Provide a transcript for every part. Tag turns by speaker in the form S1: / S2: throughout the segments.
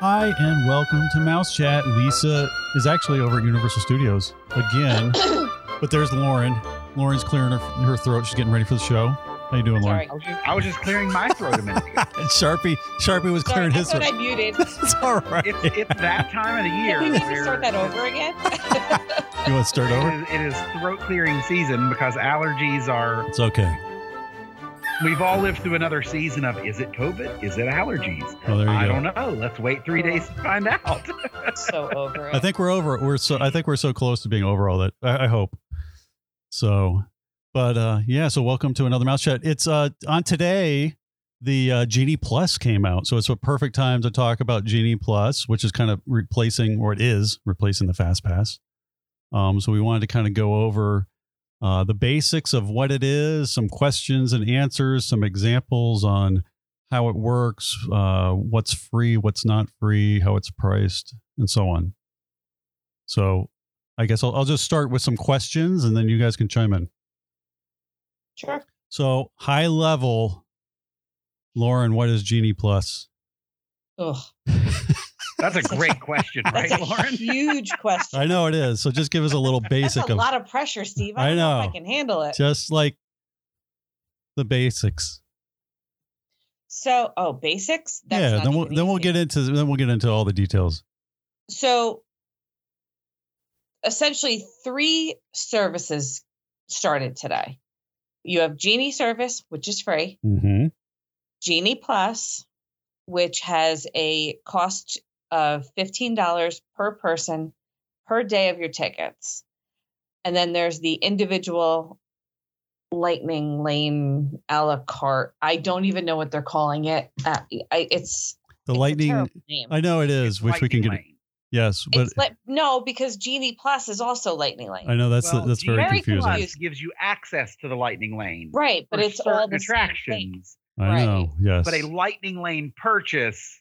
S1: Hi, and welcome to Mouse Chat. Lisa is actually over at Universal Studios again, but there's Lauren. Lauren's clearing her, her throat. She's getting ready for the show. How you doing, Lauren?
S2: Sorry.
S3: I was just, I was just clearing my throat a minute. ago.
S1: And Sharpie, Sharpie was
S2: Sorry,
S1: clearing
S2: I
S1: his
S2: thought
S1: throat.
S2: I muted.
S1: It's all right.
S3: It's, it's that time of the year.
S2: Can we need to
S3: where
S2: start that over again?
S1: You want to start
S3: It
S1: over?
S3: is, it is throat clearing season because allergies are.
S1: It's okay.
S3: We've all lived through another season of is it COVID? Is it allergies?
S1: Well, there you
S3: I
S1: go.
S3: don't know. Let's wait three days to find out.
S2: so over it.
S1: I think we're over. it. We're so. I think we're so close to being over all that. I, I hope. So, but uh, yeah. So welcome to another mouse chat. It's uh on today. The uh, Genie Plus came out, so it's a perfect time to talk about Genie Plus, which is kind of replacing, or it is replacing the Fast Pass. Um, so we wanted to kind of go over uh, the basics of what it is, some questions and answers, some examples on how it works, uh, what's free, what's not free, how it's priced, and so on. So I guess I'll, I'll just start with some questions and then you guys can chime in.
S2: sure.
S1: So, high level, Lauren, what is Genie Plus?
S2: Ugh,
S3: That's a great question,
S2: that's
S3: right,
S2: a
S3: Lauren?
S2: huge question.
S1: I know it is. So, just give us a little
S2: That's
S1: basic
S2: a
S1: of
S2: lot of pressure, Steve. I,
S1: I
S2: don't know. if
S1: know.
S2: I can handle it.
S1: just like the basics.
S2: So, oh, basics. That's
S1: yeah,
S2: not
S1: then we'll
S2: even
S1: then we'll
S2: easy.
S1: get into then we'll get into all the details.
S2: So, essentially, three services started today. You have Genie service, which is free.
S1: Mm-hmm.
S2: Genie Plus, which has a cost of $15 per person per day of your tickets. And then there's the individual lightning lane a la carte. I don't even know what they're calling it. Uh, I, it's
S1: The
S2: it's a
S1: lightning.
S2: terrible name.
S1: I know it is, which we can get.
S3: Lightning lane.
S1: Yes, but
S2: It's like no, because Genie Plus is also lightning lane.
S1: I know that's
S3: Well,
S1: that's very
S3: Genie
S2: Very
S1: confusing.
S3: Plus gives you access to the lightning lane.
S2: right, but
S3: for
S2: it's all
S3: certain
S2: the same thing.
S3: attractions.
S1: I know. Yes,
S3: but a lightning lane purchase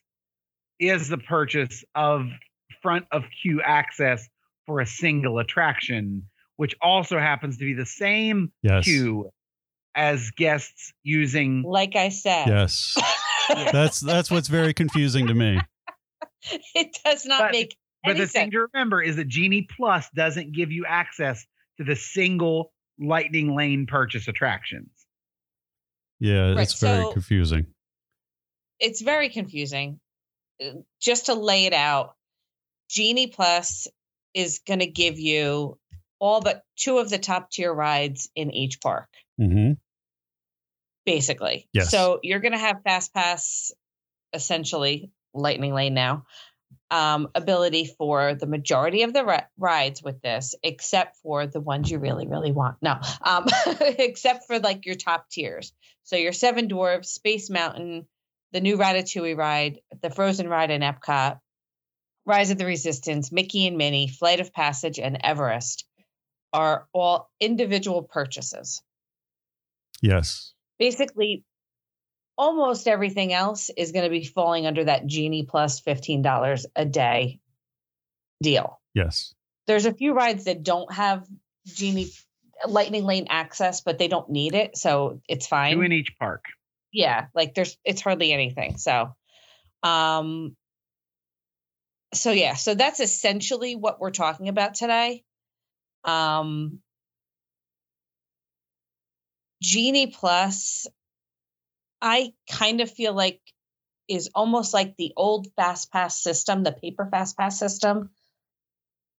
S3: is the purchase of front of queue access for a single attraction, which also happens to be the same
S1: yes,
S3: queue as guests using.
S2: Like I said,
S1: yes. that's that's what's very confusing to me.
S2: it does not
S3: But-
S2: make
S3: But
S2: any
S3: the thing
S2: sense.
S3: to remember is that Genie Plus doesn't give you access to the single lightning lane purchase attractions.
S1: Yeah,
S2: Right,
S1: it's very
S2: so-
S1: confusing.
S2: it's very confusing. Uh, Just to lay it out, Genie Plus is going to give you all but two of the top tier rides in each park,
S1: Mm-hmm.
S2: basically.
S1: Yes.
S2: So you're going to have Fast Pass, essentially Lightning Lane now, um, ability for the majority of the ri- rides with this, except for the ones you really, really want. No, um, except for like your top tiers. So your Seven Dwarfs, Space Mountain, the new Ratatouille ride, the Frozen ride in Epcot, Rise of the Resistance, Mickey and Minnie, Flight of Passage, and Everest are all individual purchases.
S1: Yes.
S2: Basically, almost everything else is going to be falling under that Genie plus $15 a day deal.
S1: Yes.
S2: There's a few rides that don't have Genie Lightning Lane access, but they don't need it. So it's fine.
S3: Two in each park.
S2: yeah like there's it's hardly anything so um so yeah so that's essentially what we're talking about today um genie plus i kind of feel like is almost like the old fast pass system the paper fast pass system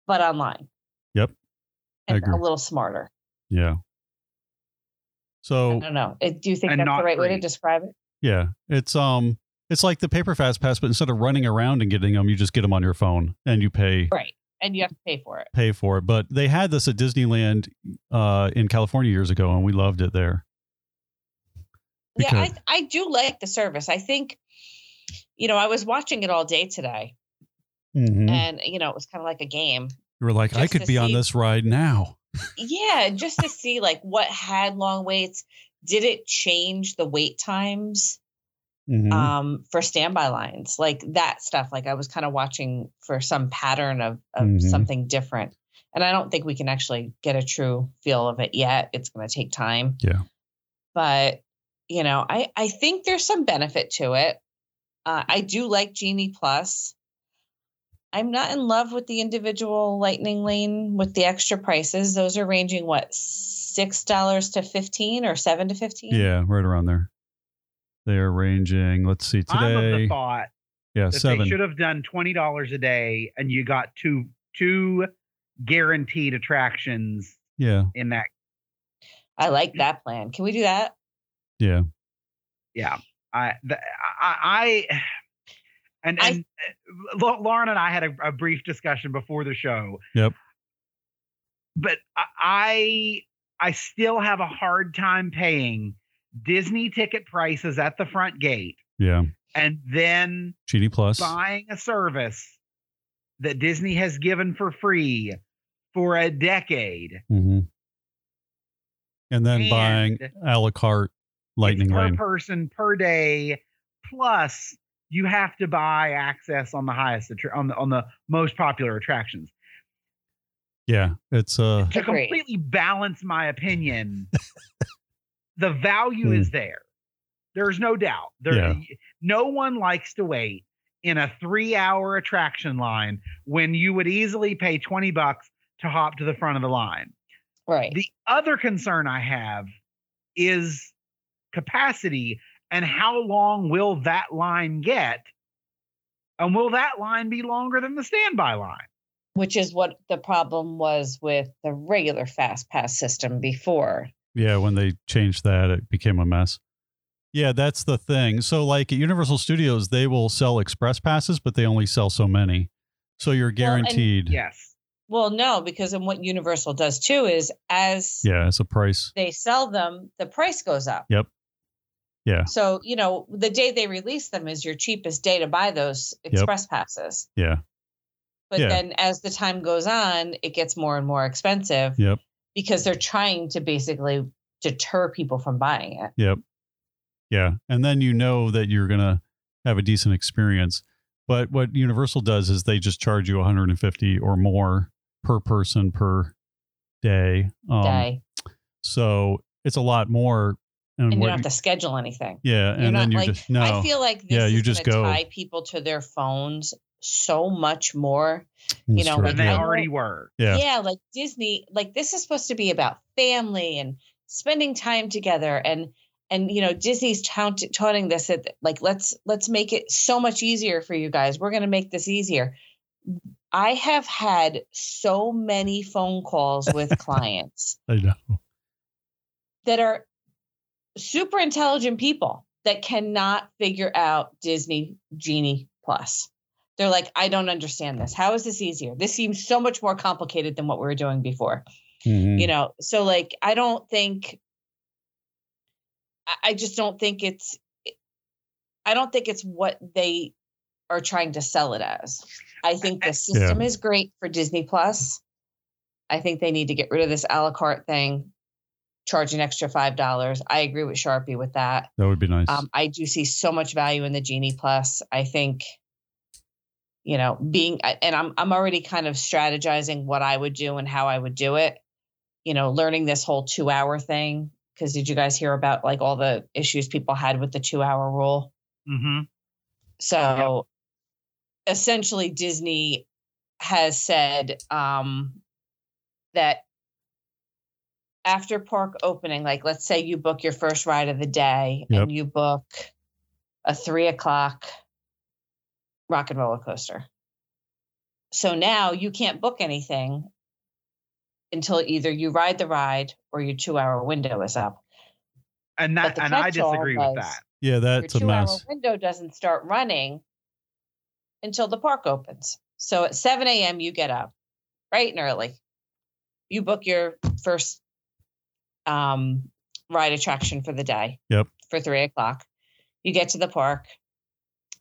S2: but online
S1: Yep. I
S2: and a
S1: agree.
S2: little smarter
S1: Yeah.
S2: i
S1: So Oh,
S2: don't know Uh, do you think
S3: And
S2: that's
S3: not
S2: the right way
S3: free.
S2: to describe it
S1: yeah, it's um, it's like the paper fast pass, but instead of running around and getting them, you just get them on your phone and you pay
S2: right and you have to pay for it
S1: pay for it. But they had this at Disneyland uh in California years ago, and we loved it there.
S2: yeah, I,
S1: because-
S2: I do like the service. I think, you know, I was watching it all day today,
S1: Mm-hmm.
S2: and you know, it was kind of like a game.
S1: You were like, I
S2: just
S1: could
S2: to
S1: be on
S2: see-
S1: this ride now.
S2: Yeah, just to see like what had long waits. Did it change the wait times
S1: Mhm.
S3: Uh,
S2: um, for standby lines, like that stuff? Like I was kind of watching for some pattern of, of
S1: Mhm.
S2: something different, and I don't think we can actually get a true feel of it yet. It's going to take time.
S1: Yeah.
S2: but you know i i think there's some benefit to it uh, i do like genie plus I'm not in love with the individual Lightning Lane with the extra prices. Those are ranging what six dollars to fifteen or seven to fifteen.
S1: Yeah, right around there. They're ranging. Let's see
S3: I'm of the
S1: today.
S3: thought
S1: Yeah,
S3: that they should
S1: seven.
S3: have done twenty dollars a day, and you got two two guaranteed attractions
S1: Yeah,
S3: in that.
S2: I like that plan. Can we do that?
S1: yeah.
S3: Yeah, I the, I, I and
S2: I-
S3: and uh, Lau- Lauren and I had a, a brief discussion before the show.
S1: Yep.
S3: But I I still have a hard time paying Disney ticket prices at the front gate,
S1: Yeah.
S3: and then
S1: GD Plus.
S3: buying a service that Disney has given for free for a decade.
S1: hmm And then
S3: And-
S1: buying a la carte Lightning
S3: It's per
S1: Lane.
S3: person per day, plus you have to buy access on the highest attra- on the on the most popular attractions.
S1: Yeah, it's uh,
S3: To
S2: Agreed.
S3: completely balance my opinion, the value
S1: Hmm.
S3: is there. There's no doubt. There,
S1: Yeah.
S3: no one likes to wait in a three-hour attraction line when you would easily pay twenty bucks to hop to the front of the line.
S2: Right.
S3: The other concern I have is capacity and how long will that line get? And will that line be longer than the standby line?
S2: Which is what the problem was with the regular fast pass system before.
S1: Yeah, when they changed that, it became a mess. Yeah, that's the thing. So, like at Universal Studios, they will sell express passes, but they only sell so many. So you're
S2: Well, and-
S1: guaranteed.
S3: Yes.
S2: Well, no, because and what Universal does too is as
S1: yeah, it's a price.
S2: they sell them, the price goes up.
S1: Yep. Yeah.
S2: So, you know, the day they release them is your cheapest day to buy those express passes.
S1: Yeah.
S2: But
S1: Yeah.
S2: then as the time goes on, it gets more and more expensive
S1: Yep.
S2: because they're trying to basically deter people from buying it.
S1: Yeah. And then you know that you're going to have a decent experience. But what Universal does is they just charge you 150 or more per person per day. Um,
S2: day.
S1: So it's a lot more.
S2: And you
S1: what
S2: don't have
S1: you-
S2: to schedule anything.
S1: yeah.
S2: you're
S1: And
S2: not
S1: then you
S2: like-
S1: just, no.
S2: I feel like this
S1: Yeah,
S2: is
S1: you just
S2: gonna
S1: go.
S2: tie people to their phones so much more.
S1: That's
S2: know,
S1: true.
S2: like,
S3: And
S2: I
S3: they
S1: yeah.
S2: know-
S3: already were.
S1: Yeah.
S2: like Disney, like this is supposed to be about family and spending time together and and you know Disney's taunt, taunting this at like let's let's make it so much easier for you guys. We're going to make this easier. I have had so many phone calls with clients
S1: I know.
S2: that are super intelligent people that cannot figure out Disney Genie Plus. They're like, I don't understand this. How is this easier? This seems so much more complicated than what we were doing before.
S1: Mhm.
S2: You know, so like, I don't think, I- I just don't think it's, eh, I don't think it's what they are trying to sell it as. I think the system is great for Disney Plus. I think they need to get rid of this a la carte thing, charge an extra five dollars. I agree with Sharpie with that.
S1: That would be nice.
S2: Um, I do see so much value in the Genie Plus. I think, you know, being I- and I'm I'm already kind of strategizing what I would do and how I would do it. You know, learning this whole two hour thing. Because did you guys hear about like all the issues people had with the two hour rule?
S3: hmm
S2: So essentially, Disney has said um, that after park opening, like let's say you book your first ride of the day
S1: Yep.
S2: and you book a three o'clock rock and roller coaster. So now you can't book anything until either you ride the ride or your two hour window is up.
S3: And
S2: But
S3: that
S2: the
S3: and I
S2: catch-all
S3: disagree
S2: was-
S3: with that.
S1: yeah, that's
S2: your
S1: a
S2: two hour
S1: mess.
S2: window doesn't start running until the park opens. So at 7 a.m., you get up bright and early. You book your first um, ride attraction for the day
S1: Yep.
S2: for three o'clock. You get to the park.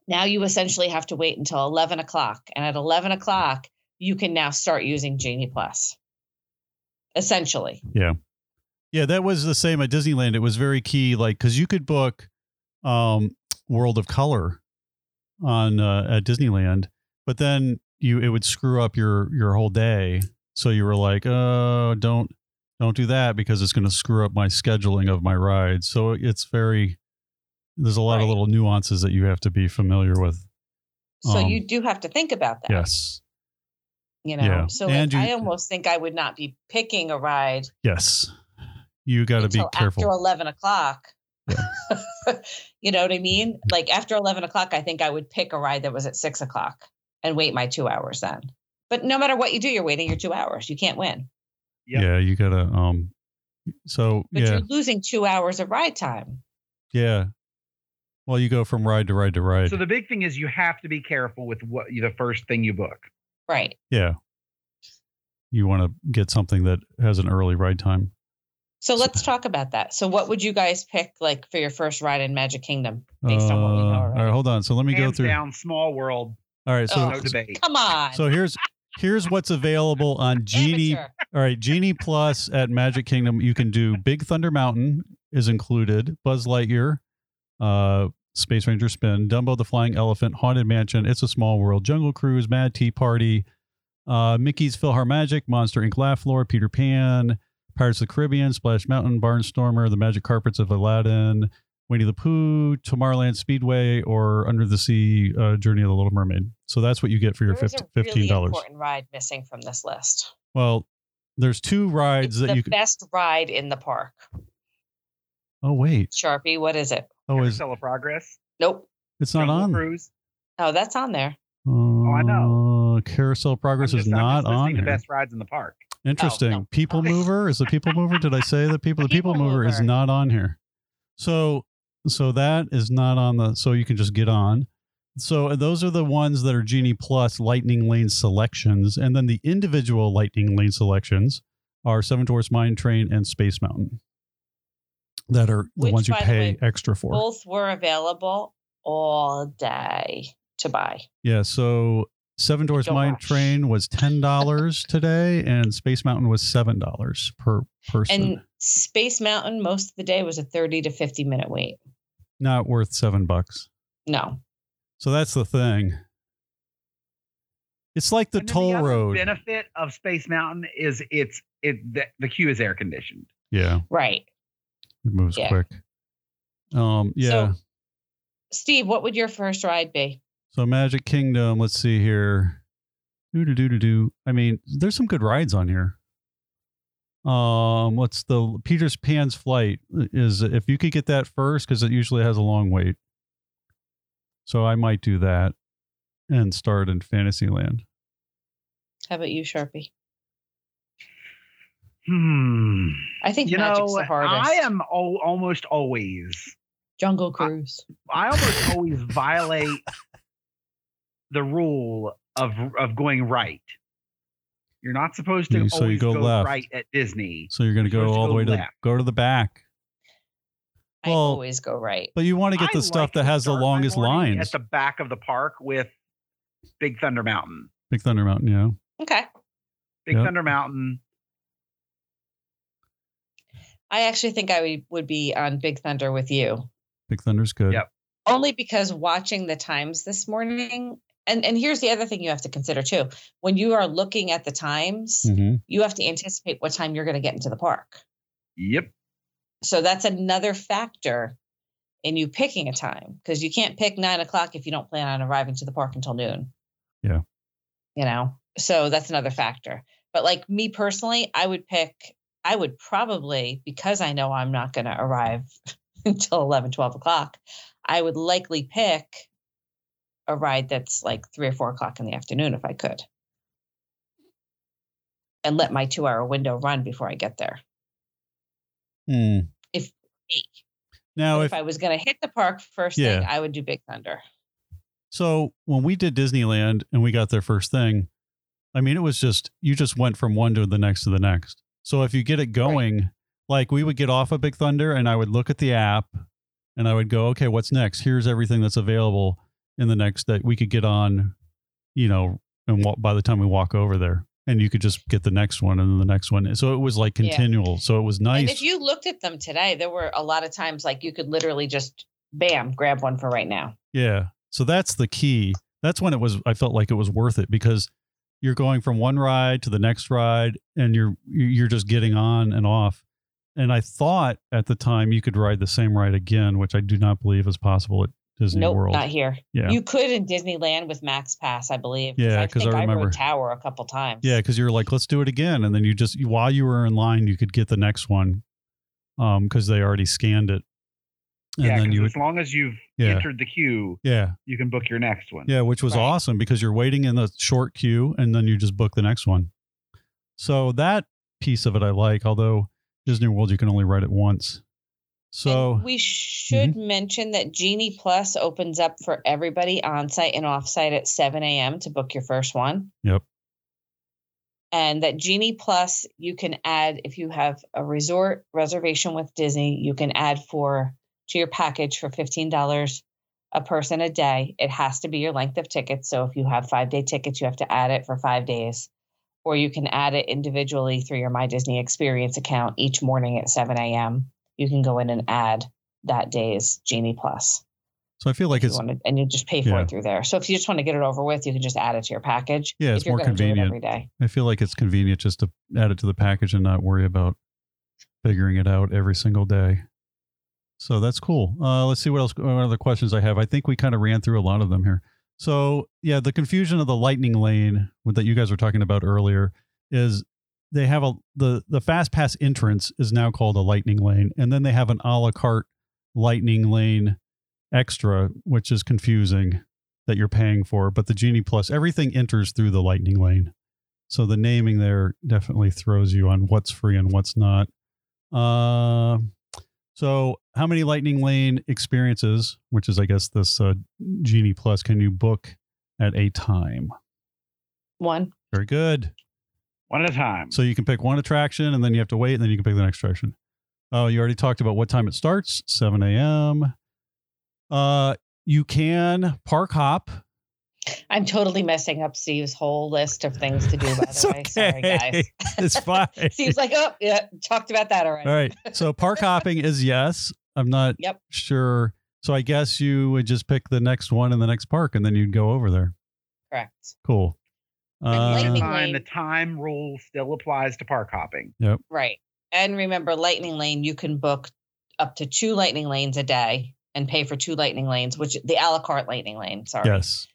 S2: Now you essentially have to wait until 11 o'clock. And at 11 o'clock, you can now start using Genie Plus. Essentially,
S1: Yeah, that was the same at Disneyland. It was very key, like because you could book um, World of Color on uh, at Disneyland, but then you it would screw up your your whole day. So you were like, oh, don't don't do that because it's going to screw up my scheduling of my rides. So it's very there's a lot of
S2: Right.
S1: little nuances that you have to be familiar with.
S2: so
S1: Um,
S2: you do have to think about that.
S1: Yes,
S2: you know
S1: Yeah.
S2: so like,
S1: And you-
S2: i almost think i would not be picking a ride
S1: Yes. You got to be
S2: until
S1: careful.
S2: after 11 o'clock you know what i mean like after 11 o'clock i think i would pick a ride that was at 6 o'clock and wait my two hours then but no matter what you do you're waiting your two hours you can't win
S3: Yep.
S1: Yeah, you got to um so
S2: but
S1: yeah.
S2: you're losing two hours of ride time
S1: yeah. Well, you go from ride to ride to ride.
S3: So the big thing is you have to be careful with what the first thing you book.
S2: right
S1: yeah. You want to get something that has an early ride time.
S2: so let's talk about that so what would you guys pick like for your first ride in magic kingdom based on what we know
S1: Uh,
S2: already?
S1: All right, hold on. So let me go
S3: Hands
S1: through.
S3: down, small world,
S1: All right, so
S3: no debate.
S2: come on
S1: so here's here's what's available on Genie.
S2: Amateur.
S1: All right, Genie Plus at Magic Kingdom. You can do Big Thunder Mountain is included. Buzz Lightyear, uh, Space Ranger Spin, Dumbo the Flying Elephant, Haunted Mansion, It's a Small World, Jungle Cruise, Mad Tea Party, uh, Mickey's PhilharMagic, Monster Inc. Laugh Floor, Peter Pan, Pirates of the Caribbean, Splash Mountain, Barnstormer, The Magic Carpets of Aladdin, Winnie the Pooh, Tomorrowland Speedway, or Under the Sea uh, Journey of the Little Mermaid. So that's what you get for your
S2: There is a
S1: $15.
S2: really important ride missing from this list
S1: Well, there's two rides
S2: it's
S1: that
S2: the
S1: you can.
S2: best ride in the park
S1: Oh wait.
S2: sharpie what is it
S1: Oh, is
S3: Interstellar Progress,
S2: nope
S1: it's not
S3: Jungle
S1: on?
S3: Cruise. Oh,
S2: oh that's on there
S1: I
S3: I
S1: know. Carousel Progress
S3: I'm
S1: is
S3: just- I'm
S1: not
S3: just listing
S1: on
S3: the
S1: here.
S3: best rides in the park.
S1: Interesting.
S2: no.
S1: People Mover is the People Mover. Did I say the People? The People,
S2: People
S1: Mover is
S2: Mover.
S1: not on here. So, so that is not on the. So you can just get on. So uh, those are the ones that are Genie Plus Lightning Lane selections, and then the individual Lightning Lane selections are Seven Dwarfs Mine Train and Space Mountain. That are the
S2: Which,
S1: ones you
S2: by the
S1: pay
S2: way,
S1: extra for.
S2: both were available all day to buy.
S1: Yeah, so Seven Doors
S2: Don't
S1: Mine
S2: rush.
S1: Train was ten dollars today, and Space Mountain was seven dollars per person.
S2: And Space Mountain, most of the day was a 30 to 50 minute wait.
S1: Not worth seven bucks.
S2: No.
S1: So that's the thing. It's like the
S3: And then
S1: toll
S3: other
S1: road.
S3: benefit of Space Mountain is it's it the, the queue is air conditioned.
S1: yeah,
S2: Right.
S1: it moves
S2: Yeah.
S1: quick. Um, yeah. So,
S2: Steve, what would your first ride be?
S1: Magic Kingdom. Let's see here. Do do do do do. I mean, there's some good rides on here. Um, what's the Peter's Pan's flight is if you could get that first because it usually has a long wait. So I might do that and start in Fantasyland.
S2: How about you, Sharpie?
S3: Hmm.
S2: I think
S3: You
S2: Magic's
S3: know,
S2: the hardest.
S3: I am al- almost always
S2: Jungle Cruise.
S3: I almost always violate the rule of of going right. You're not supposed to
S1: You- so you
S3: always
S1: go
S3: go,
S1: left.
S3: right at Disney.
S1: So you're going to
S3: You're
S1: go
S3: supposed to
S1: all the
S3: go
S1: way to the,
S3: left.
S1: go to the back,
S2: I
S1: Well,
S2: always go right.
S1: but you want to get the
S3: I
S1: stuff
S3: like
S1: that
S3: to
S1: has the
S3: start my
S1: longest
S3: morning
S1: lines.
S3: at the back of the park with Big Thunder Mountain.
S1: Big Thunder Mountain, yeah.
S2: Okay.
S3: Big
S1: Yep.
S3: Thunder Mountain.
S2: I actually think I would- would be on Big Thunder with you.
S1: Big Thunder's good.
S3: Yep.
S2: only because watching the times this morning and and here's the other thing you have to consider too when you are looking at the times
S1: hmm
S2: you have to anticipate what time you're going to get into the park
S3: Yep.
S2: so that's another factor in you picking a time because you can't pick nine o'clock if you don't plan on arriving to the park until noon
S1: Yeah.
S2: you know so that's another factor but like me personally i would pick i would probably because i know i'm not going to arrive until 11 12 o'clock i would likely pick a ride that's like three or four o'clock in the afternoon if i could and let my two hour window run before i get there
S1: Hmm.
S2: If-
S1: now, if
S2: But if I was going to hit the park first
S1: Yeah.
S2: thing, I would do Big Thunder.
S1: So when we did Disneyland and we got there first thing, I mean, it was just, you just went from one to the next to the next. So if you get it going, like we would get off of Big Thunder and I would look at the app and I would go, okay, what's next? Here's everything that's available in the next that we could get on, you know, and wa- by the time we walk over there. And you could just get the next one and then the next one. So it was like
S2: Yeah.
S1: continual. So it was nice.
S2: And if you looked at them today, there were a lot of times like you could literally just bam, grab one for right now.
S1: Yeah. So that's the key. That's when it was I felt like it was worth it because you're going from one ride to the next ride and you're you're just getting on and off. And I thought at the time you could ride the same ride again, which I do not believe is possible at Disney
S2: nope,
S1: World.
S2: not here.
S1: Yeah.
S2: You could in Disneyland with Max Pass, I believe.
S1: Yeah,
S2: I
S1: 'cause
S2: think
S1: I remember-
S2: rode Tower a couple times.
S1: Yeah, because you're like, let's do it again, and then you just while you were in line, you could get the next one, um, because they already scanned it, and
S3: yeah,
S1: then
S3: 'cause
S1: you would,
S3: as long as you've
S1: Yeah.
S3: entered the queue,
S1: yeah,
S3: you can book your next one.
S1: yeah, which was
S2: Right.
S1: awesome because you're waiting in the short queue, and then you just book the next one. So that piece of it I like, although Disney World you can only ride it once. So mm-hmm.
S2: And we should mention that Genie Plus opens up for everybody on site and off site at 7 a.m. to book your first one.
S1: Yep.
S2: And that Genie Plus, you can add, if you have a resort reservation with Disney, you can add for to your package for $15 a person a day. It has to be your length of tickets. So if you have five day tickets, you have to add it for five days. Or you can add it individually through your My Disney Experience account each morning at 7 a.m you can go in and add that day's Genie Plus.
S1: so I feel like
S2: if you
S1: it's
S2: wanna- and you just pay for
S1: yeah.
S2: it through there. So if you just want to get it over with, you can just add it to your package.
S1: Yeah, it's
S2: if you're
S1: more
S2: gonna do it
S1: convenient.
S2: every day.
S1: I feel like it's convenient just to add it to the package and not worry about figuring it out every single day. So that's cool. Uh, let's see what else. What other questions I have? I think we kind of ran through a lot of them here. So yeah, the confusion of the lightning lane with- that you guys were talking about earlier is they have a the the fast pass entrance is now called a lightning lane, and then they have an a la carte lightning lane extra, which is confusing that you're paying for. But the genie plus everything enters through the lightning lane. So the naming there definitely throws you on what's free and what's not. Uh, so how many Lightning Lane experiences, which is I guess this uh, Genie Plus, can you book at a time?
S2: One.
S1: Very good.
S3: One at a time.
S1: So you can pick one attraction, and then you have to wait, and then you can pick the next attraction. Oh, you already talked about what time it starts, 7 a.m. Uh, you can park hop.
S2: I'm totally messing up Steve's whole list of things to do, by
S1: It's
S2: the way. Sorry, guys.
S1: okay. It's fine.
S2: Steve's like, oh, yeah, talked about that already.
S1: All right. So park hopping is yes. I'm not
S2: Yep.
S1: sure. So I guess you would just pick the next one in the next park and then you'd go over there.
S2: Correct.
S1: Cool.
S2: And
S3: Each
S2: lightning-
S1: Uh,
S3: time,
S2: lane.
S3: the time rule still applies to park hopping.
S2: Right. And remember, Lightning Lane, you can book up to two Lightning Lanes a day and pay for two Lightning Lanes, which the a la carte Lightning Lane, sorry.
S1: yes.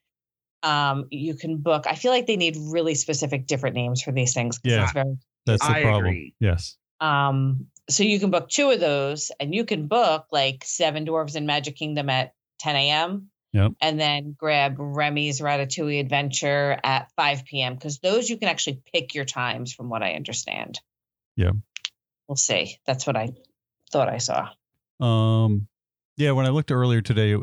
S2: um, you can book. I feel like they need really specific different names for these things. 'cause
S1: Yeah.
S2: it's very-
S1: That's the
S3: I
S1: problem.
S3: agree.
S1: Yes.
S2: um, so you can book two of those, and you can book like Seven Dwarves in Magic Kingdom at 10 a.m.
S1: Yep.
S2: And then grab Remy's Ratatouille Adventure at 5 p.m. because those you can actually pick your times, from what I understand.
S1: Yeah.
S2: We'll see. That's what I thought I saw.
S1: Um yeah, when I looked earlier today, it,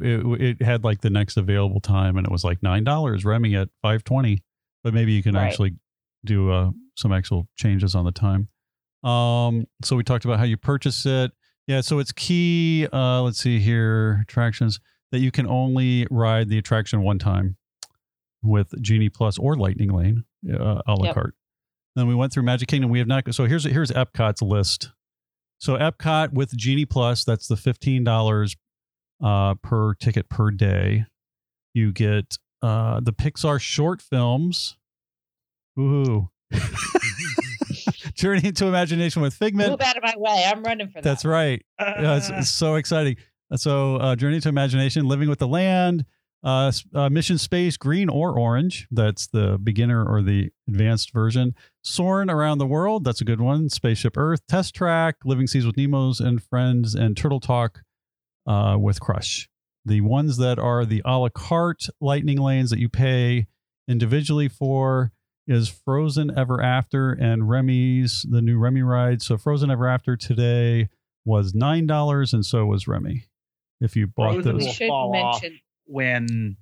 S1: it had like the next available time and it was like $9 Remy at 520, but maybe you can
S2: Right.
S1: actually do uh, some actual changes on the time. Um so we talked about how you purchase it. Yeah, so it's key uh let's see here attractions that you can only ride the attraction one time with Genie Plus or Lightning Lane uh, a la
S2: Yep.
S1: carte. Then we went through Magic Kingdom. We have not so here's here's Epcot's list. So Epcot with Genie Plus, that's the fifteen dollars uh, per ticket per day. You get uh, the Pixar short films. Woohoo! Journey into Imagination with Figment.
S2: Move out of my way. I'm running for that.
S1: That's right. Yeah, it's, it's so exciting. So, uh, Journey to Imagination, Living with the Land, uh, s- uh, Mission Space, Green or Orange. That's the beginner or the advanced version. Soren Around the World. That's a good one. Spaceship Earth, Test Track, Living Seas with Nemo's and Friends, and Turtle Talk uh, with Crush. The ones that are the a la carte lightning lanes that you pay individually for is Frozen Ever After and Remy's, the new Remy ride. So, Frozen Ever After today was nine dollars, and so was Remy. If you bought
S3: Frozen
S1: those,
S3: will fall off when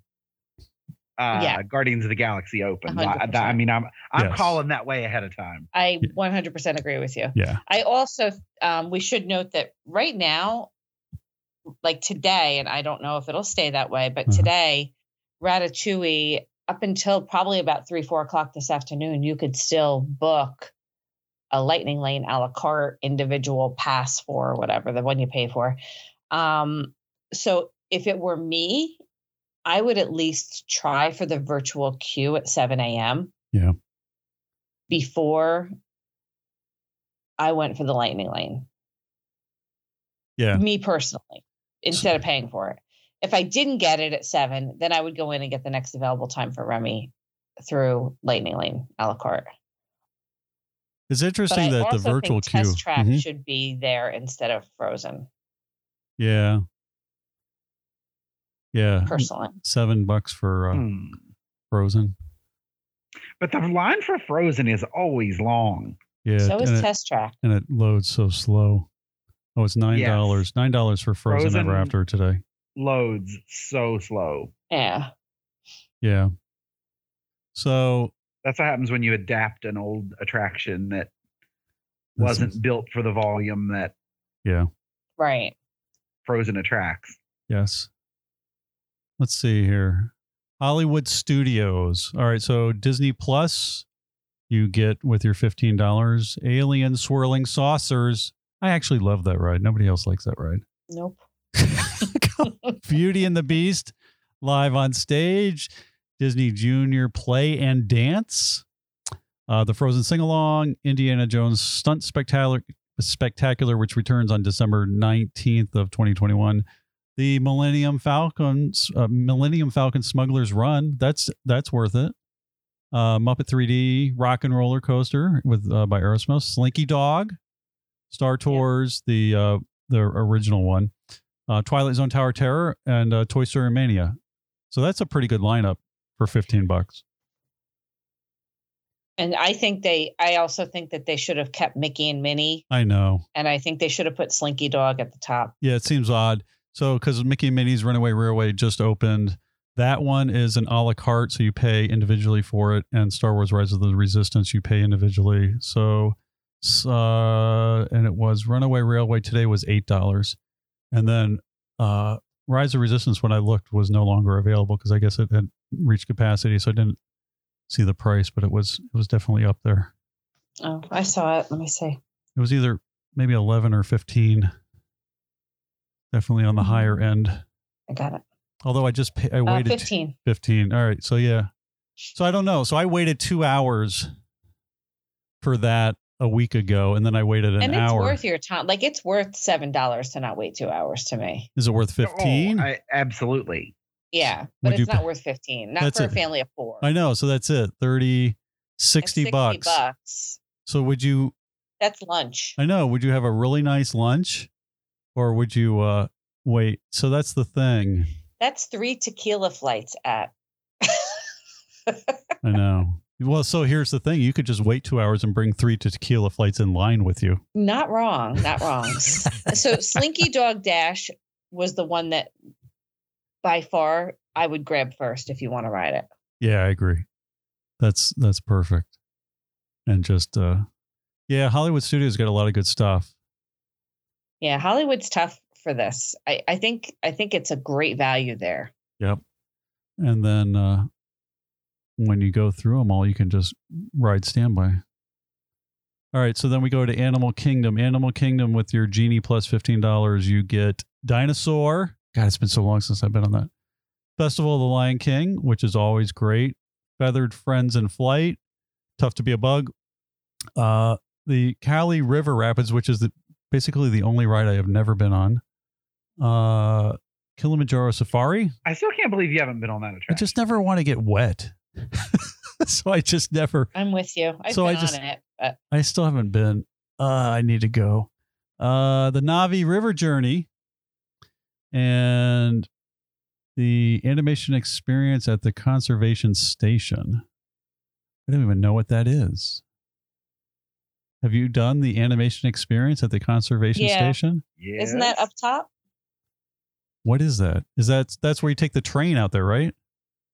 S3: uh,
S2: Yeah.
S3: Guardians of the Galaxy opens. I,
S2: 100%.
S3: I mean, I'm I'm
S1: Yes.
S3: calling that way ahead of time.
S2: I 100% agree with you.
S1: yeah,
S2: I also um, we should note that right now, like today, and I don't know if it'll stay that way, but
S1: Uh-huh.
S2: today, Ratatouille, up until probably about three four o'clock this afternoon, you could still book a Lightning Lane a la carte individual pass for whatever the one you pay for. Um, so if it were me, I would at least try for the virtual queue at seven a.m.
S1: Yeah.
S2: Before I went for the Lightning Lane.
S1: yeah,
S2: Me personally, instead of paying for it. if I didn't get it at seven, then I would go in and get the next available time for Remy through Lightning Lane a la carte.
S1: It's
S2: But
S1: interesting
S2: I
S1: that
S2: also
S1: the virtual
S2: think test
S1: queue.
S2: track
S1: Mhm.
S2: should be there instead of frozen.
S1: Yeah. Yeah.
S2: Personally,
S1: Seven bucks for uh,
S3: Hmm.
S1: Frozen.
S3: But the line for Frozen is always long.
S1: Yeah.
S2: so is
S1: and, it,
S2: test track.
S1: and it loads so slow. Oh, it's nine dollars. Nine dollars for Frozen,
S3: Frozen-
S1: ever after today.
S3: Loads so slow.
S2: Yeah,
S1: Yeah. So
S3: That's what happens when you adapt an old attraction that
S1: this
S3: wasn't
S1: is-
S3: built for the volume that
S2: right.
S3: Frozen attracts.
S1: Yes. Let's see here. Hollywood Studios. All right, so Disney Plus, you get with your fifteen dollars. Alien swirling saucers. I actually love that ride. Nobody else likes that ride.
S2: Nope.
S1: Beauty and the Beast live on stage, Disney Junior play and dance, uh, the Frozen sing along, Indiana Jones stunt spectacular, spectacular, which returns on December nineteenth of twenty twenty one. The Millennium Falcons, uh, Millennium Falcon Smuggler's Run. That's that's worth it. Uh, Muppet 3D, Rock and Roller Coaster with uh, by Aerosmith, Slinky Dog, Star Tours, the uh, the original one, uh, Twilight Zone Tower of Terror, and uh, Toy Story Mania. So that's a pretty good lineup for fifteen bucks.
S2: And I think they. I also think that they should have kept Mickey and Minnie,
S1: I know.
S2: and I think they should have put Slinky Dog at the top.
S1: Yeah, it seems odd. So because Mickey and Minnie's Runaway Railway just opened, that one is an a la carte, so you pay individually for it, and Star Wars: Rise of the Resistance you pay individually. So, s- uh, and it was Runaway Railway today was eight dollars, and then uh, Rise of Resistance when I looked was no longer available because I guess it had reached capacity, so I didn't see the price, but it was it was definitely up there.
S2: Oh, I saw it. Let me see.
S1: It was either maybe eleven or fifteen, definitely on the higher end.
S2: I got it.
S1: Although I just pay, I
S2: Uh,
S1: waited t-
S2: Fifteen.
S1: 15. All right. So yeah. So I don't know. So I waited 2 hours for that a week ago and then I waited an
S2: and it's
S1: hour.
S2: worth your time. Like it's worth seven dollars to not wait two hours to me.
S1: Is it worth 15?
S3: Oh, I- absolutely.
S2: Yeah, but
S1: Would you
S2: it's not
S1: pay-
S2: worth fifteen. Not
S1: That's
S2: for
S1: it.
S2: a family of four.
S1: I know. So that's it. 30
S2: It's
S1: 60, bucks.
S2: bucks.
S1: So would you
S2: That's lunch.
S1: I know, would you have a really nice lunch or would you uh wait? So that's the thing.
S2: That's three tequila flights at.
S1: I know. Well, so here's the thing. You could just wait 2 hours and bring 3 tequila flights in line with you.
S2: not wrong. Not wrong. so Slinky Dog Dash was the one that, by far, I would grab first if you want to ride it.
S1: Yeah, I agree. That's that's perfect. And just uh yeah, Hollywood Studios got a lot of good stuff.
S2: Yeah, Hollywood's tough for this. I, I think I think it's a great value there.
S1: And then uh when you go through them all, you can just ride standby. All right, so then we go to Animal Kingdom. Animal Kingdom with your Genie plus $15, you get Dinosaur. God, it's been so long since I've been on that. Festival of the Lion King, which is always great. Feathered Friends in Flight, Tough to Be a Bug. Uh, the Cali River Rapids, which is the, basically the only ride I have never been on. Uh, Kilimanjaro Safari,
S3: I still can't believe you haven't been on that
S1: I
S3: attraction.
S1: just never want to get wet. so I just never,
S2: I'm with you. I've
S1: So I
S2: been
S1: just-
S2: on it. But
S1: I still haven't been. Uh, I need to go. Uh, the Navi River Journey and the animation experience at the conservation station. I don't even know what that is. Have you done the animation experience at the conservation
S2: Yeah.
S1: station?
S2: isn't that up top?
S1: What is that? Is that that's where you take the train out there, right?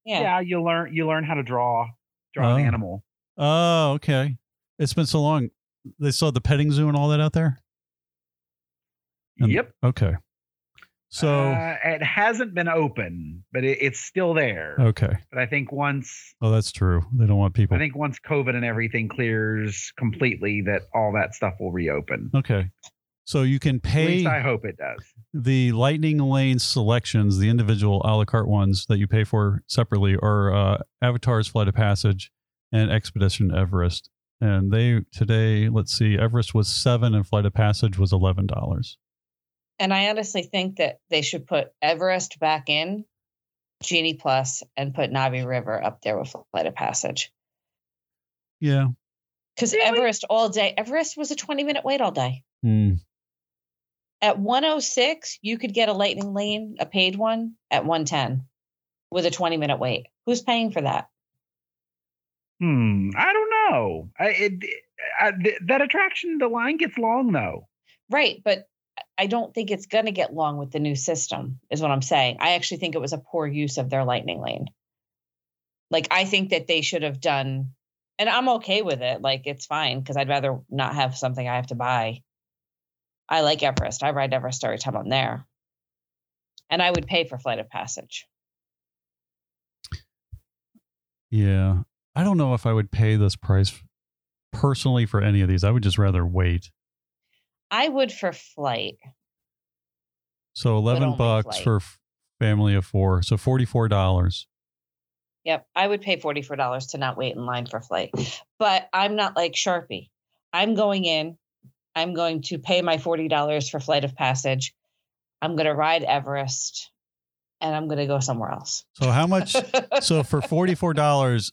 S2: Yeah.
S3: Yeah. you learn you learn how to draw draw
S1: Oh.
S3: an animal.
S1: Oh, okay. It's been so long. They saw the petting zoo and all that out there. And-
S3: yep.
S1: Okay. So
S3: Uh, it hasn't been open, but it, it's still there.
S1: okay.
S3: But I think once
S1: Oh, that's true. They don't want people.
S3: Uh, I think once COVID and everything clears completely, that all that stuff will reopen.
S1: okay. So you can
S3: At least I
S1: pay
S3: hope it does.
S1: the Lightning Lane selections, the individual a la carte ones that you pay for separately, are uh, Avatar's Flight of Passage and Expedition Everest. And they today, let's see, Everest was seven and Flight of Passage was eleven dollars.
S2: And I honestly think that they should put Everest back in Genie Plus and put Navi River up there with Flight of Passage.
S1: Yeah.
S2: Because
S3: Really?
S2: Everest all day, Everest was a 20 minute wait all day.
S1: Hmm.
S2: At 106, you could get a lightning lane, a paid one at 110 with a 20 minute wait. Who's paying for that?
S3: Hmm. I don't know. I, it, I, th- that attraction, the line gets long though.
S2: Right. But I don't think it's going to get long with the new system, is what I'm saying. I actually think it was a poor use of their lightning lane. Like, I think that they should have done, and I'm okay with it. Like, it's fine because I'd rather not have something I have to buy. I like Everest. I ride Everest every time I'm there. And I would pay for Flight of Passage.
S1: Yeah. I don't know if I would pay this price personally for any of these. I would just rather wait.
S2: I would for flight.
S1: So eleven
S2: only
S1: bucks
S2: flight.
S1: for f- family of four. So forty four dollars.
S2: Yep, I would pay $44 to not wait in line for flight. But I'm not like Sharpie. I'm going in. I'm going to pay my $40 for flight of passage. I'm going to ride Everest and I'm going to go somewhere else.
S1: So how much? so for forty four dollars,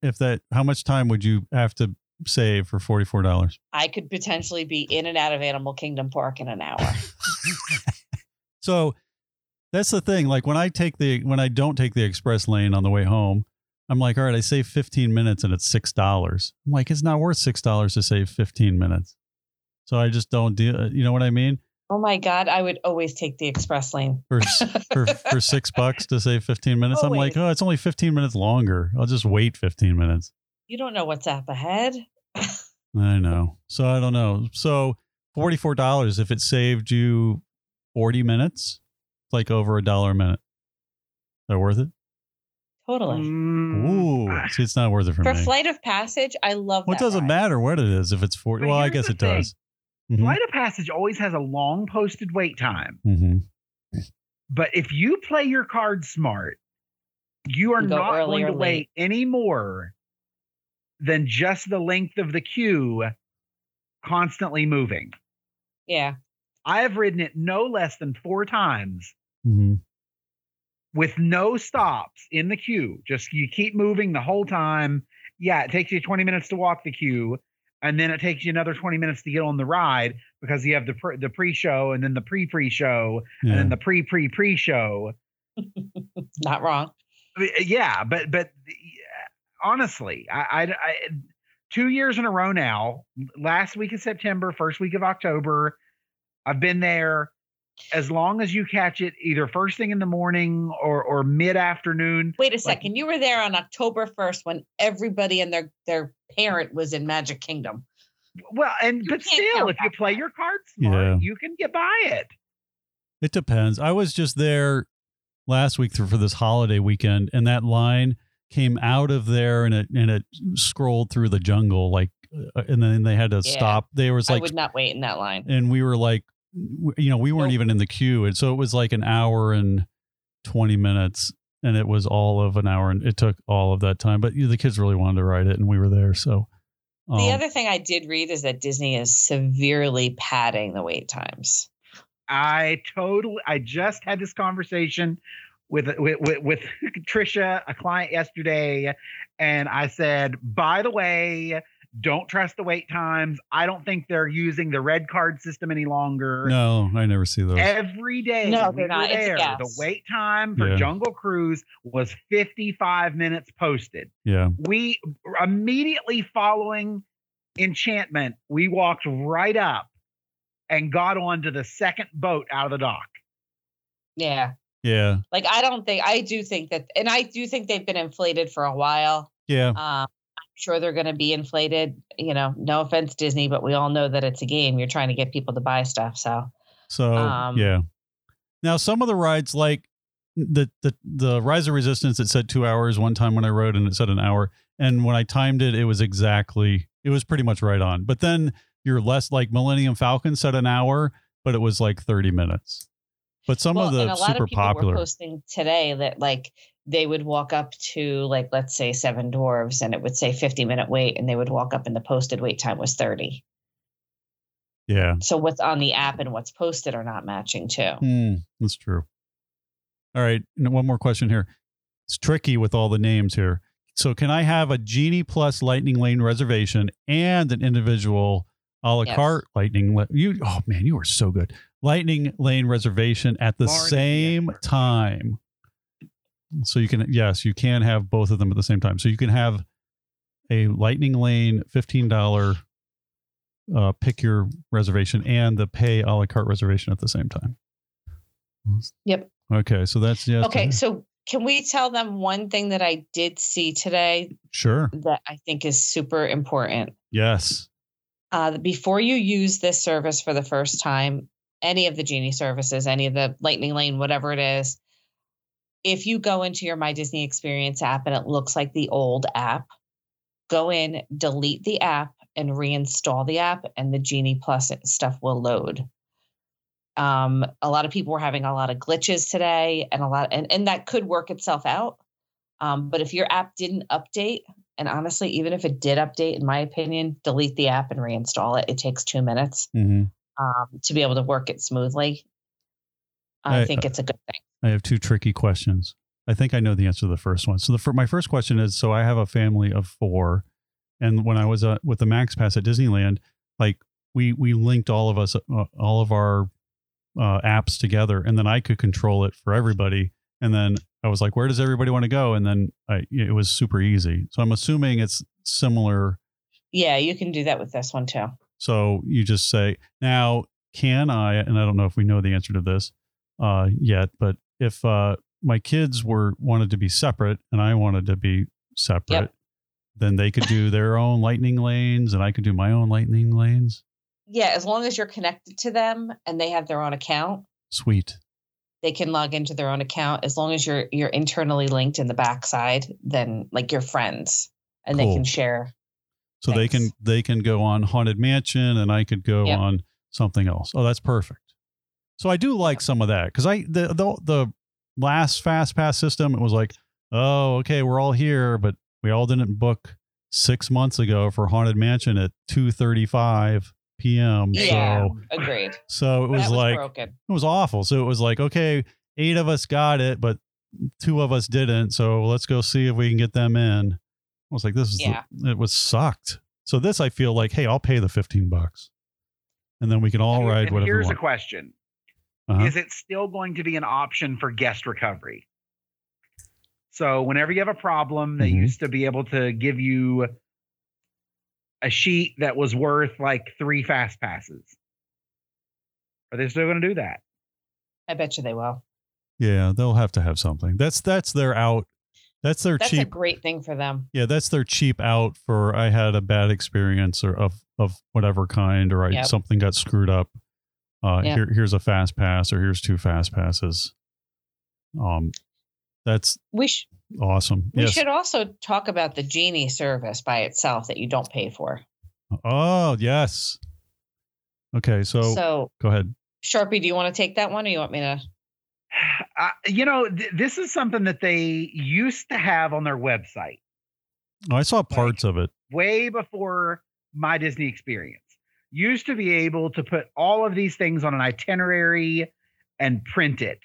S1: if that, how much time would you have to save for forty four dollars?
S2: I could potentially be in and out of Animal Kingdom Park in an hour.
S1: So that's the thing. Like when I take the when I don't take the express lane on the way home, I'm like, all right, I save 15 minutes and it's six dollars. I'm like, it's not worth six dollars to save 15 minutes. So I just don't deal. uh, You know what I mean?
S2: Oh my God, I would always take the express lane.
S1: For for for six bucks to save 15 minutes, I'm like, oh, it's only 15 minutes longer. I'll just wait 15 minutes.
S2: You don't know what's up ahead.
S1: I know. So I don't know. So forty four dollars if it saved you 40 minutes, it's like over a dollar a minute. Is that worth it?
S2: Totally.
S1: Mm, Ooh,
S3: Mm.
S1: see, it's not worth it for,
S2: For
S1: me.
S2: flight of passage, I love
S1: Well, it
S2: that
S1: doesn't
S2: ride.
S1: matter what it is if it's 40.
S3: But
S1: well, I
S3: here's
S1: guess
S3: the
S1: it does. Mhm.
S3: Flight of Passage always has a long posted wait time,
S1: Mhm.
S3: but if you play your cards smart, you are
S2: You go
S3: not
S2: early
S3: going
S2: or
S3: to
S2: late.
S3: wait any more than just the length of the queue constantly moving.
S2: Yeah.
S3: I have ridden it no less than four times
S1: Mhm.
S3: with no stops in the queue. Just you keep moving the whole time. Yeah, it takes you 20 minutes to walk the queue, and then it takes you another 20 minutes to get on the ride because you have the pre- the pre-show and then the pre-pre-show and then
S1: Yeah.
S3: the pre-pre-pre-show.
S2: Not wrong.
S3: I mean, yeah, but but yeah, honestly, I, I, I two years in a row now. Last week of September, first week of October, I've been there. As long as you catch it either first thing in the morning or or mid afternoon,
S2: Wait a second. you were there on October 1st when everybody and their their parent was in Magic Kingdom.
S3: Well, and
S2: You
S3: but
S2: can't
S3: still,
S2: count
S3: if you
S2: that
S3: play
S2: far.
S3: your cards smart,
S1: Yeah.
S3: you can get by it.
S1: It depends. I was just there last week through, for this holiday weekend, and that line came out of there and it and it scrolled through the jungle like, uh, and then they had to
S2: Yeah.
S1: stop. There was
S2: I
S1: like,
S2: would not wait in that line.
S1: and we were like, w- you know, we weren't
S2: Nope.
S1: even in the queue, and so it was like an hour and 20 minutes. And it was all of an hour, and it took all of that time. But you know, the kids really wanted to ride it, and we were there. So um,
S2: the other thing I did read is that Disney is severely padding the wait times.
S3: I totally. I just had this conversation with with with, with Trisha, a client yesterday, and I said, by the way. Don't trust the wait times. I don't think they're using the red card system any longer.
S1: No, I never see those.
S3: Every day,
S2: No,
S3: we
S2: they're
S3: were
S2: not. It's a
S3: there, the
S2: guess.
S3: wait time for
S1: Yeah.
S3: Jungle Cruise was 55 minutes posted.
S1: Yeah.
S3: we immediately following enchantment we walked right up and got onto the second boat out of the dock
S2: Yeah.
S1: Yeah.
S2: Like I don't think I do think that and I do think they've been inflated for a while.
S1: Yeah.
S2: Um I'm sure they're going to be inflated, you know, no offense Disney, but we all know that it's a game. You're trying to get people to buy stuff, so
S1: So
S2: Um,
S1: yeah. Now some of the rides like the the the Rise of Resistance it said two hours one time when I rode and it said an hour. And when I timed it, it was exactly it was pretty much right on. But then you're less like Millennium Falcon said an hour, but it was like thirty minutes. But some of
S2: and
S1: the
S2: a lot
S1: super
S2: of people
S1: popular
S2: were posting today that like they would walk up to like let's say seven dwarves and it would say 50 minute wait and they would walk up and the posted wait time was 30
S1: Yeah.
S2: So what's on the app and what's posted are not matching too.
S1: Hmm, that's true. All right. And one more question here. It's tricky with all the names here. So can I have a Genie Plus Lightning Lane reservation and an individual a la
S2: Yes.
S1: carte Lightning Le- you oh man, you are so good. Lightning Lane reservation at the
S3: Lauren is the
S1: same
S3: expert.
S1: time. So you can yes, you can have both of them at the same time. So you can have a Lightning Lane $15 uh, pick your reservation and the pay a la carte reservation at the same time.
S2: Yep.
S1: Okay, so that's yeah.
S2: Okay, so can we tell them one thing that I did see today
S1: Sure.
S2: that I think is super important?
S1: Yes.
S2: Uh, before you use this service for the first time, any of the Genie services, any of the Lightning Lane, whatever it is, if you go into your My Disney Experience app and it looks like the old app, go in, delete the app, and reinstall the app, and the Genie Plus stuff will load. Um, a lot of people were having a lot of glitches today, and a lot, and, and that could work itself out. Um, but if your app didn't update, and honestly, even if it did update, in my opinion, delete the app and reinstall it. It takes two minutes
S1: Mm-hmm.
S2: um, to be able to work it smoothly. I,
S1: I- uh
S2: think it's a good thing.
S1: I have two tricky questions. I think I know the answer to the first one. So the fir- my first question is: so I have a family of four, and when I was uh, with the Max Pass at Disneyland, like we we linked all of us uh, all of our uh, apps together, and then I could control it for everybody. And then I was like, where does everybody want to go? And then I, it was super easy. So I'm assuming it's similar
S2: Yeah, you can do that with this one too.
S1: So you just say, now, can I, and I don't know if we know the answer to this uh, yet, but if uh, my kids were wanted to be separate and I wanted to be separate,
S2: Yep.
S1: then they could do their own lightning lanes and I could do my own lightning lanes.
S2: Yeah, as long as you're connected to them and they have their own account,
S1: Sweet.
S2: they can log into their own account. As long as you're you're internally linked in the backside, then like your friends, and they
S1: Cool.
S2: can share.
S1: So they can
S2: Thanks.
S1: they can go on haunted mansion and I could go
S2: Yep.
S1: on something else. Oh, that's perfect. So I do like some of that because I the, the the last fast pass system it was like oh okay we're all here but we all didn't book six months ago for haunted mansion at two thirty five p.m.
S2: Yeah,
S1: So
S2: agreed.
S1: so it was,
S2: that was
S1: like
S2: broken.
S1: it was awful. So it was like okay eight of us got it but two of us didn't so let's go see if we can get them in. I was like this is the-
S2: Yeah.
S1: it was sucked. So this I feel like hey I'll pay the fifteen bucks and then we can all
S3: Here-
S1: ride
S3: and
S1: whatever.
S3: Here's
S1: we
S3: a
S1: want.
S3: question:
S1: Uh-huh.
S3: Is it still going to be an option for guest recovery? So whenever you have a problem, they
S1: Mhm.
S3: used to be able to give you a sheet that was worth like three fast passes. Are they still going to do that?
S2: I bet you they will.
S1: Yeah, they'll have to have something. That's that's their out. That's their
S2: That's a
S1: cheap.
S2: great thing for them.
S1: yeah, that's their cheap out for I had a bad experience or of of whatever kind or I,
S2: Yep.
S1: something got screwed up. Uh,
S2: Yeah.
S1: here here's a fast pass or here's two fast passes. Um, that's
S2: We sh-
S1: awesome.
S2: We
S1: yes.
S2: should also talk about the Genie service by itself that you don't pay for.
S1: Oh yes. Okay, so,
S2: so,
S1: go ahead.
S2: Sharpie, do you want to take that one or you want me to?
S3: Uh, you know, th- this is something that they used to have on their website
S1: Oh, I saw parts of it.
S3: way before my Disney experience. Used to be able to put all of these things on an itinerary and print it.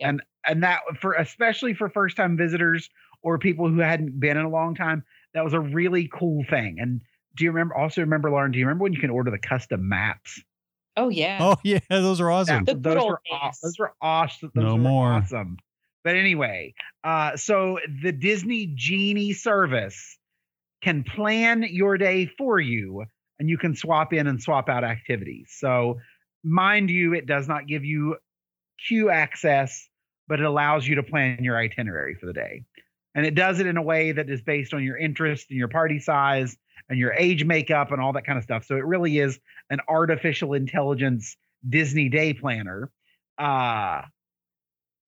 S2: Yep.
S3: And and that for especially for first time visitors or people who hadn't been in a long time, that was a really cool thing. And do you remember also remember Lauren, do you remember when you can order the custom maps?
S2: Oh, yeah.
S1: Oh yeah, those are awesome.
S2: The
S3: That-
S2: good
S3: those,
S2: old
S3: were aw-
S2: days.
S3: those were awesome. Those
S1: No
S3: were
S1: more.
S3: Awesome. But anyway, uh, so the Disney Genie service can plan your day for you, and you can swap in and swap out activities. So, mind you, it does not give you queue access, but it allows you to plan your itinerary for the day. And it does it in a way that is based on your interest and your party size and your age makeup and all that kind of stuff. So it really is an artificial intelligence Disney Day Planner. Uh,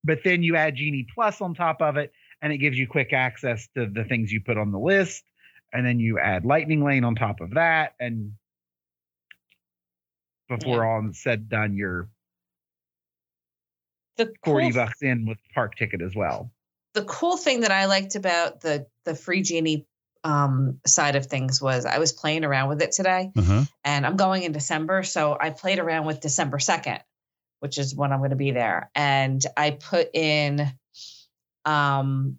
S3: but then you add Genie Plus on top of it, and it gives you quick access to the things you put on the list. And then you add Lightning Lane on top of that. And before all is said and done, you're
S2: the
S3: 40
S2: cool,
S3: bucks in with park ticket as well.
S2: The cool thing that I liked about the the free Genie um, side of things was I was playing around with it today,
S1: Uh-huh.
S2: and I'm going in December, so I played around with December second, which is when I'm going to be there, and I put in, um,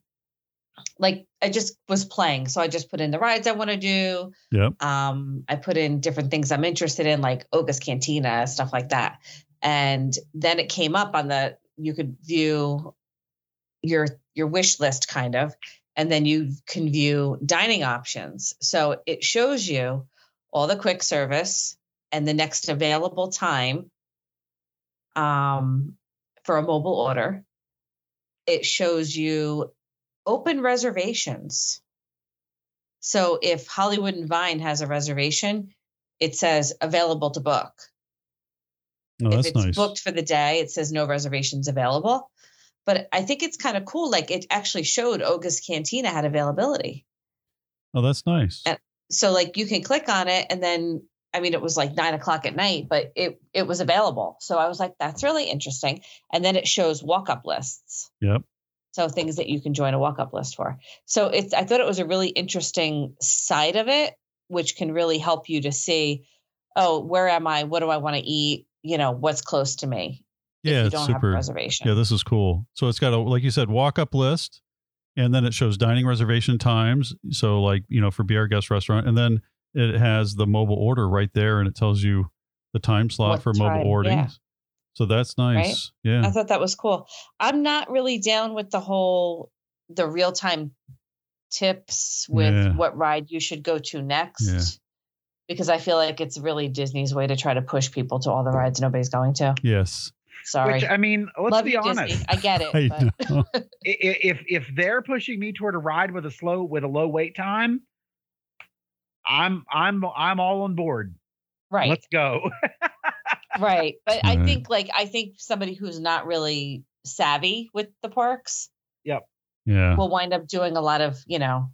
S2: like I just was playing, so I just put in the rides I want to do,
S1: Yep.
S2: um, I put in different things I'm interested in, like Oga's Cantina, stuff like that. And then it came up on the you could view your your wish list kind of, and then you can view dining options. So it shows you all the quick service and the next available time um, for a mobile order. It shows you open reservations. So if Hollywood and Vine has a reservation, it says available to book.
S1: Oh,
S2: if
S1: that's
S2: it's
S1: nice.
S2: booked for the day, it says no reservations available. But I think it's kind of cool. Like it actually showed Oga's Cantina had availability.
S1: Oh, that's nice.
S2: And- So like you can click on it and then I mean it was like nine o'clock at night, but it it was available. So I was like, that's really interesting. And then it shows walk up lists.
S1: Yep.
S2: So things that you can join a walk up list for. So it's I thought it was a really interesting side of it, which can really help you to see, oh, where am I? What do I want to eat? You know, what's close to me? if
S1: Yeah,
S2: you
S1: it's
S2: don't have a
S1: super.
S2: reservation.
S1: Yeah, this is cool. So it's got a like you said walk up list, and then it shows dining reservation times. So like you know for Be Our Guest restaurant, and then it has the mobile order right there, and it tells you the time slot
S2: What
S1: for mobile
S2: time,
S1: ordering.
S2: yeah.
S1: So that's nice. Yeah.
S2: I thought that was cool. I'm not really down with the whole the real time tips with
S1: Yeah.
S2: what ride you should go to next.
S1: Yeah.
S2: Because I feel like it's really Disney's way to try to push people to all the rides nobody's going to.
S1: yes.
S2: Sorry.
S3: Which I mean, let's
S2: Love
S3: be
S2: you,
S3: honest.
S2: Disney. I get
S1: I
S2: it. But
S1: know.
S3: I- i- If if they're pushing me toward a ride with a slow with a low wait time, I'm I'm I'm all on board.
S2: right.
S3: Let's go.
S2: right but i
S1: Right.
S2: think like i think somebody who's not really savvy with the parks
S1: Yeah.
S2: will wind up doing a lot of you know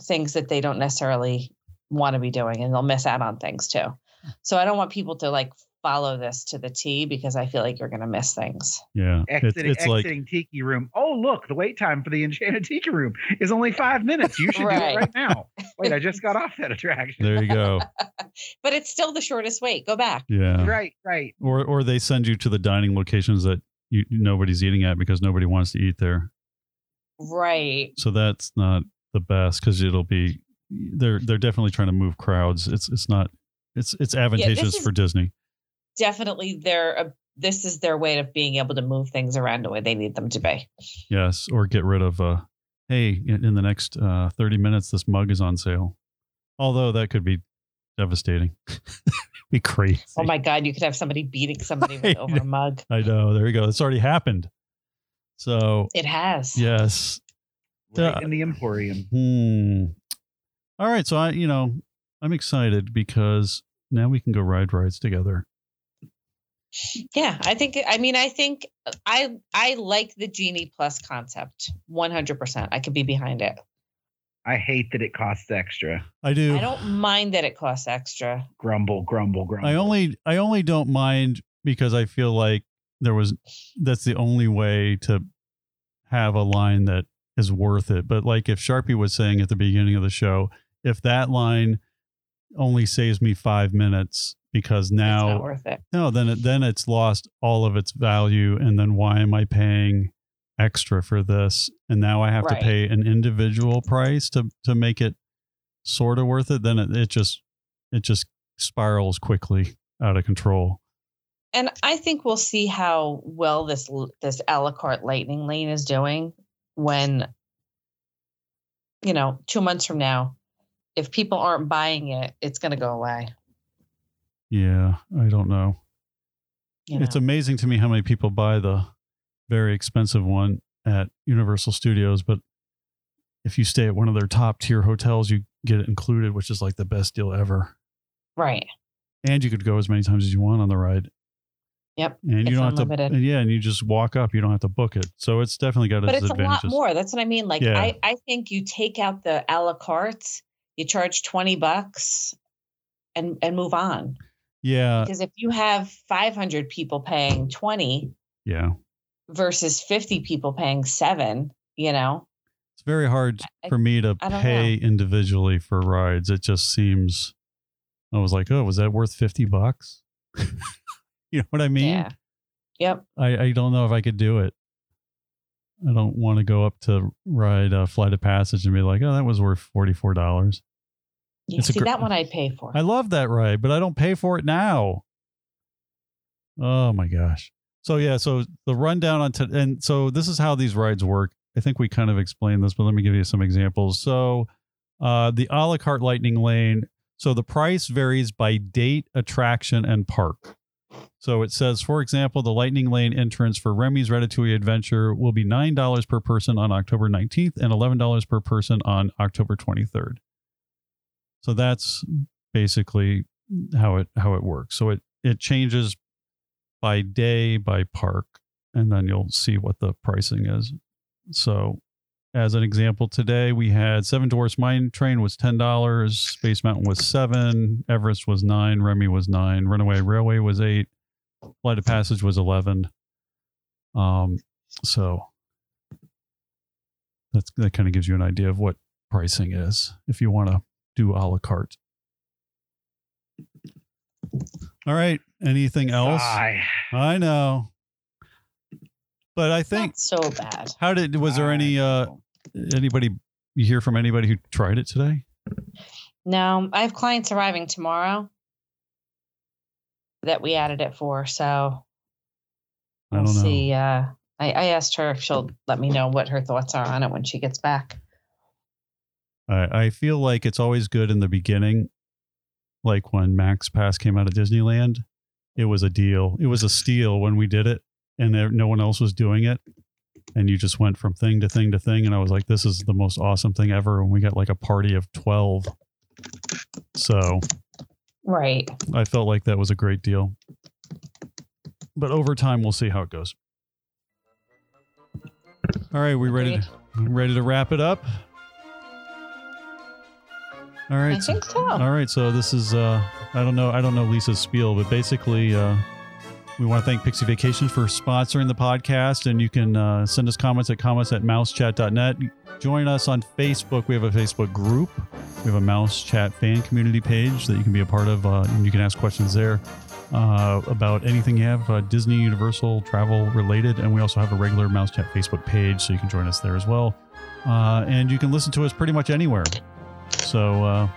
S2: things that they don't necessarily want to be doing and they'll miss out on things too so i don't want people to like follow this to the t because i feel like you're going to miss things
S1: yeah. It-
S3: Exiting,
S1: it's like
S3: exiting Tiki Room. Oh, look, the wait time for the Enchanted Tiki Room is only five minutes. You should do it
S2: Right.
S3: right now. Wait, I just got off that attraction.
S1: there you go.
S2: but it's still the shortest wait go back
S1: Yeah.
S3: Right, right.
S1: Or or they send you to the dining locations that you nobody's eating at because nobody wants to eat there.
S2: right
S1: so that's not the best because it'll be they're they're definitely trying to move crowds it's it's not it's it's advantageous
S2: is-
S1: for disney
S2: definitely their uh, this is their way of being able to move things around the way they need them to be
S1: yes or get rid of uh hey in, in the next uh 30 minutes this mug is on sale although that could be devastating be crazy
S2: oh my god you could have somebody beating somebody with
S1: I
S2: over a mug
S1: i know there you go it's already happened so
S2: it has
S1: yes
S3: Right
S1: Yeah.
S3: in the Emporium.
S1: Hmm. All right. So I, you know, I'm excited because now we can go ride rides together.
S2: Yeah, I think I mean I think I I like the Genie Plus concept 100%. I could be behind it.
S3: I hate that it costs extra.
S1: I do.
S2: I don't mind that it costs extra.
S3: Grumble, grumble, grumble.
S1: I only I only don't mind because I feel like there was that's the only way to have a line that is worth it. But like if Sharpie was saying at the beginning of the show, if that line only saves me five minutes because
S2: It's not
S1: now
S2: worth it.
S1: no then it, then it's lost all of its value and then why am I paying extra for this and now I have
S2: Right.
S1: to pay an individual price to to make it sort of worth it then it, it just it just spirals quickly out of control.
S2: And I think we'll see how well this l- this a la carte Lightning Lane is doing when you know, 2 months from now if people aren't buying it, it's going to go away.
S1: Yeah, I don't know.
S2: You know?
S1: It's amazing to me how many people buy the very expensive one at Universal Studios, but if you stay at one of their top tier hotels, you get it included, which is like the best deal ever.
S2: right.
S1: And you could go as many times as you want on the ride.
S2: Yep,
S1: And you
S2: it's
S1: don't have to
S2: unlimited.
S1: and yeah, and you just walk up, you don't have to book it. So it's definitely got its,
S2: but it's a lot
S1: advantages.
S2: more. That's what I mean. Like
S1: Yeah.
S2: I, I think you take out the a la carte, you charge twenty bucks, and and move on.
S1: Yeah.
S2: Because if you have five hundred people paying twenty
S1: Yeah.
S2: versus fifty people paying seven, you know,
S1: It's very hard
S2: I-
S1: for me to
S2: I don't
S1: pay individually for rides. It just seems. I was like, oh, was that worth fifty bucks? you know what I mean?
S2: Yeah. Yep.
S1: I, I don't know if I could do it. I don't want to go up to ride uh, Flight of Passage and be like, oh, that was worth forty four dollars.
S2: You
S1: It's a
S2: see
S1: gr-
S2: that one I'd pay for.
S1: I love that ride, but I don't pay for it now. Oh my gosh. So yeah, so the rundown on to, and so this is how these rides work. I think we kind of explained this, but let me give you some examples. So uh, the a la carte lightning lane. So the price varies by date, attraction, and park. So it says, for example, the Lightning Lane entrance for Remy's Ratatouille Adventure will be $9 per person on October 19th and $11 per person on October 23rd. So that's basically how it how it works. So it it changes by day, by park, and then you'll see what the pricing is. So as an example, today we had Seven Dwarfs Mine Train was ten dollars, Space Mountain was seven, Everest was nine, Remy was nine, Runaway Railway was eight, Flight of Passage was eleven. Um, so that's that kind of gives you an idea of what pricing is if you want to do a la carte. All right. Anything else?
S3: I,
S1: I know. But I think
S2: Not so bad.
S1: how did was there
S3: I
S1: any uh
S3: know.
S1: anybody you hear from anybody who tried it today?
S2: No, I have clients arriving tomorrow that we added it for. So
S1: I
S2: we'll
S1: don't know.
S2: see. Uh, I, I asked her if she'll let me know what her thoughts are on it when she gets back.
S1: I, I feel like it's always good in the beginning. Like when Max Pass came out of Disneyland, it was a deal. It was a steal when we did it and there, no one else was doing it. And you just went from thing to thing to thing. And I was like, this is the most awesome thing ever. And we got like a party of 12. So
S2: Right.
S1: I felt like that was a great deal. But over time, we'll see how it goes. All right, we ready to ready to wrap it up. All right,
S2: I
S1: so-
S2: think so.
S1: all right. So this is uh, I don't know I don't know Lisa's spiel, but basically uh, we want to thank Pixie Vacation for sponsoring the podcast, and you can uh, send us comments at comments at mousechat.net. Join us on Facebook. We have a Facebook group. We have a Mouse Chat fan community page that you can be a part of, uh, and you can ask questions there uh, about anything you have uh, Disney, Universal, travel related. And we also have a regular Mouse Chat Facebook page, so you can join us there as well. Uh, and you can listen to us pretty much anywhere. So uh,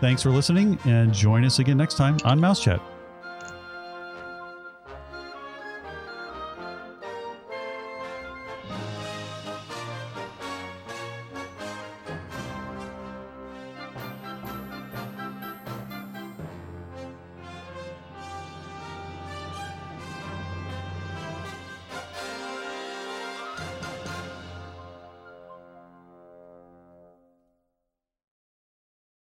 S1: thanks for listening, and join us again next time on Mouse Chat.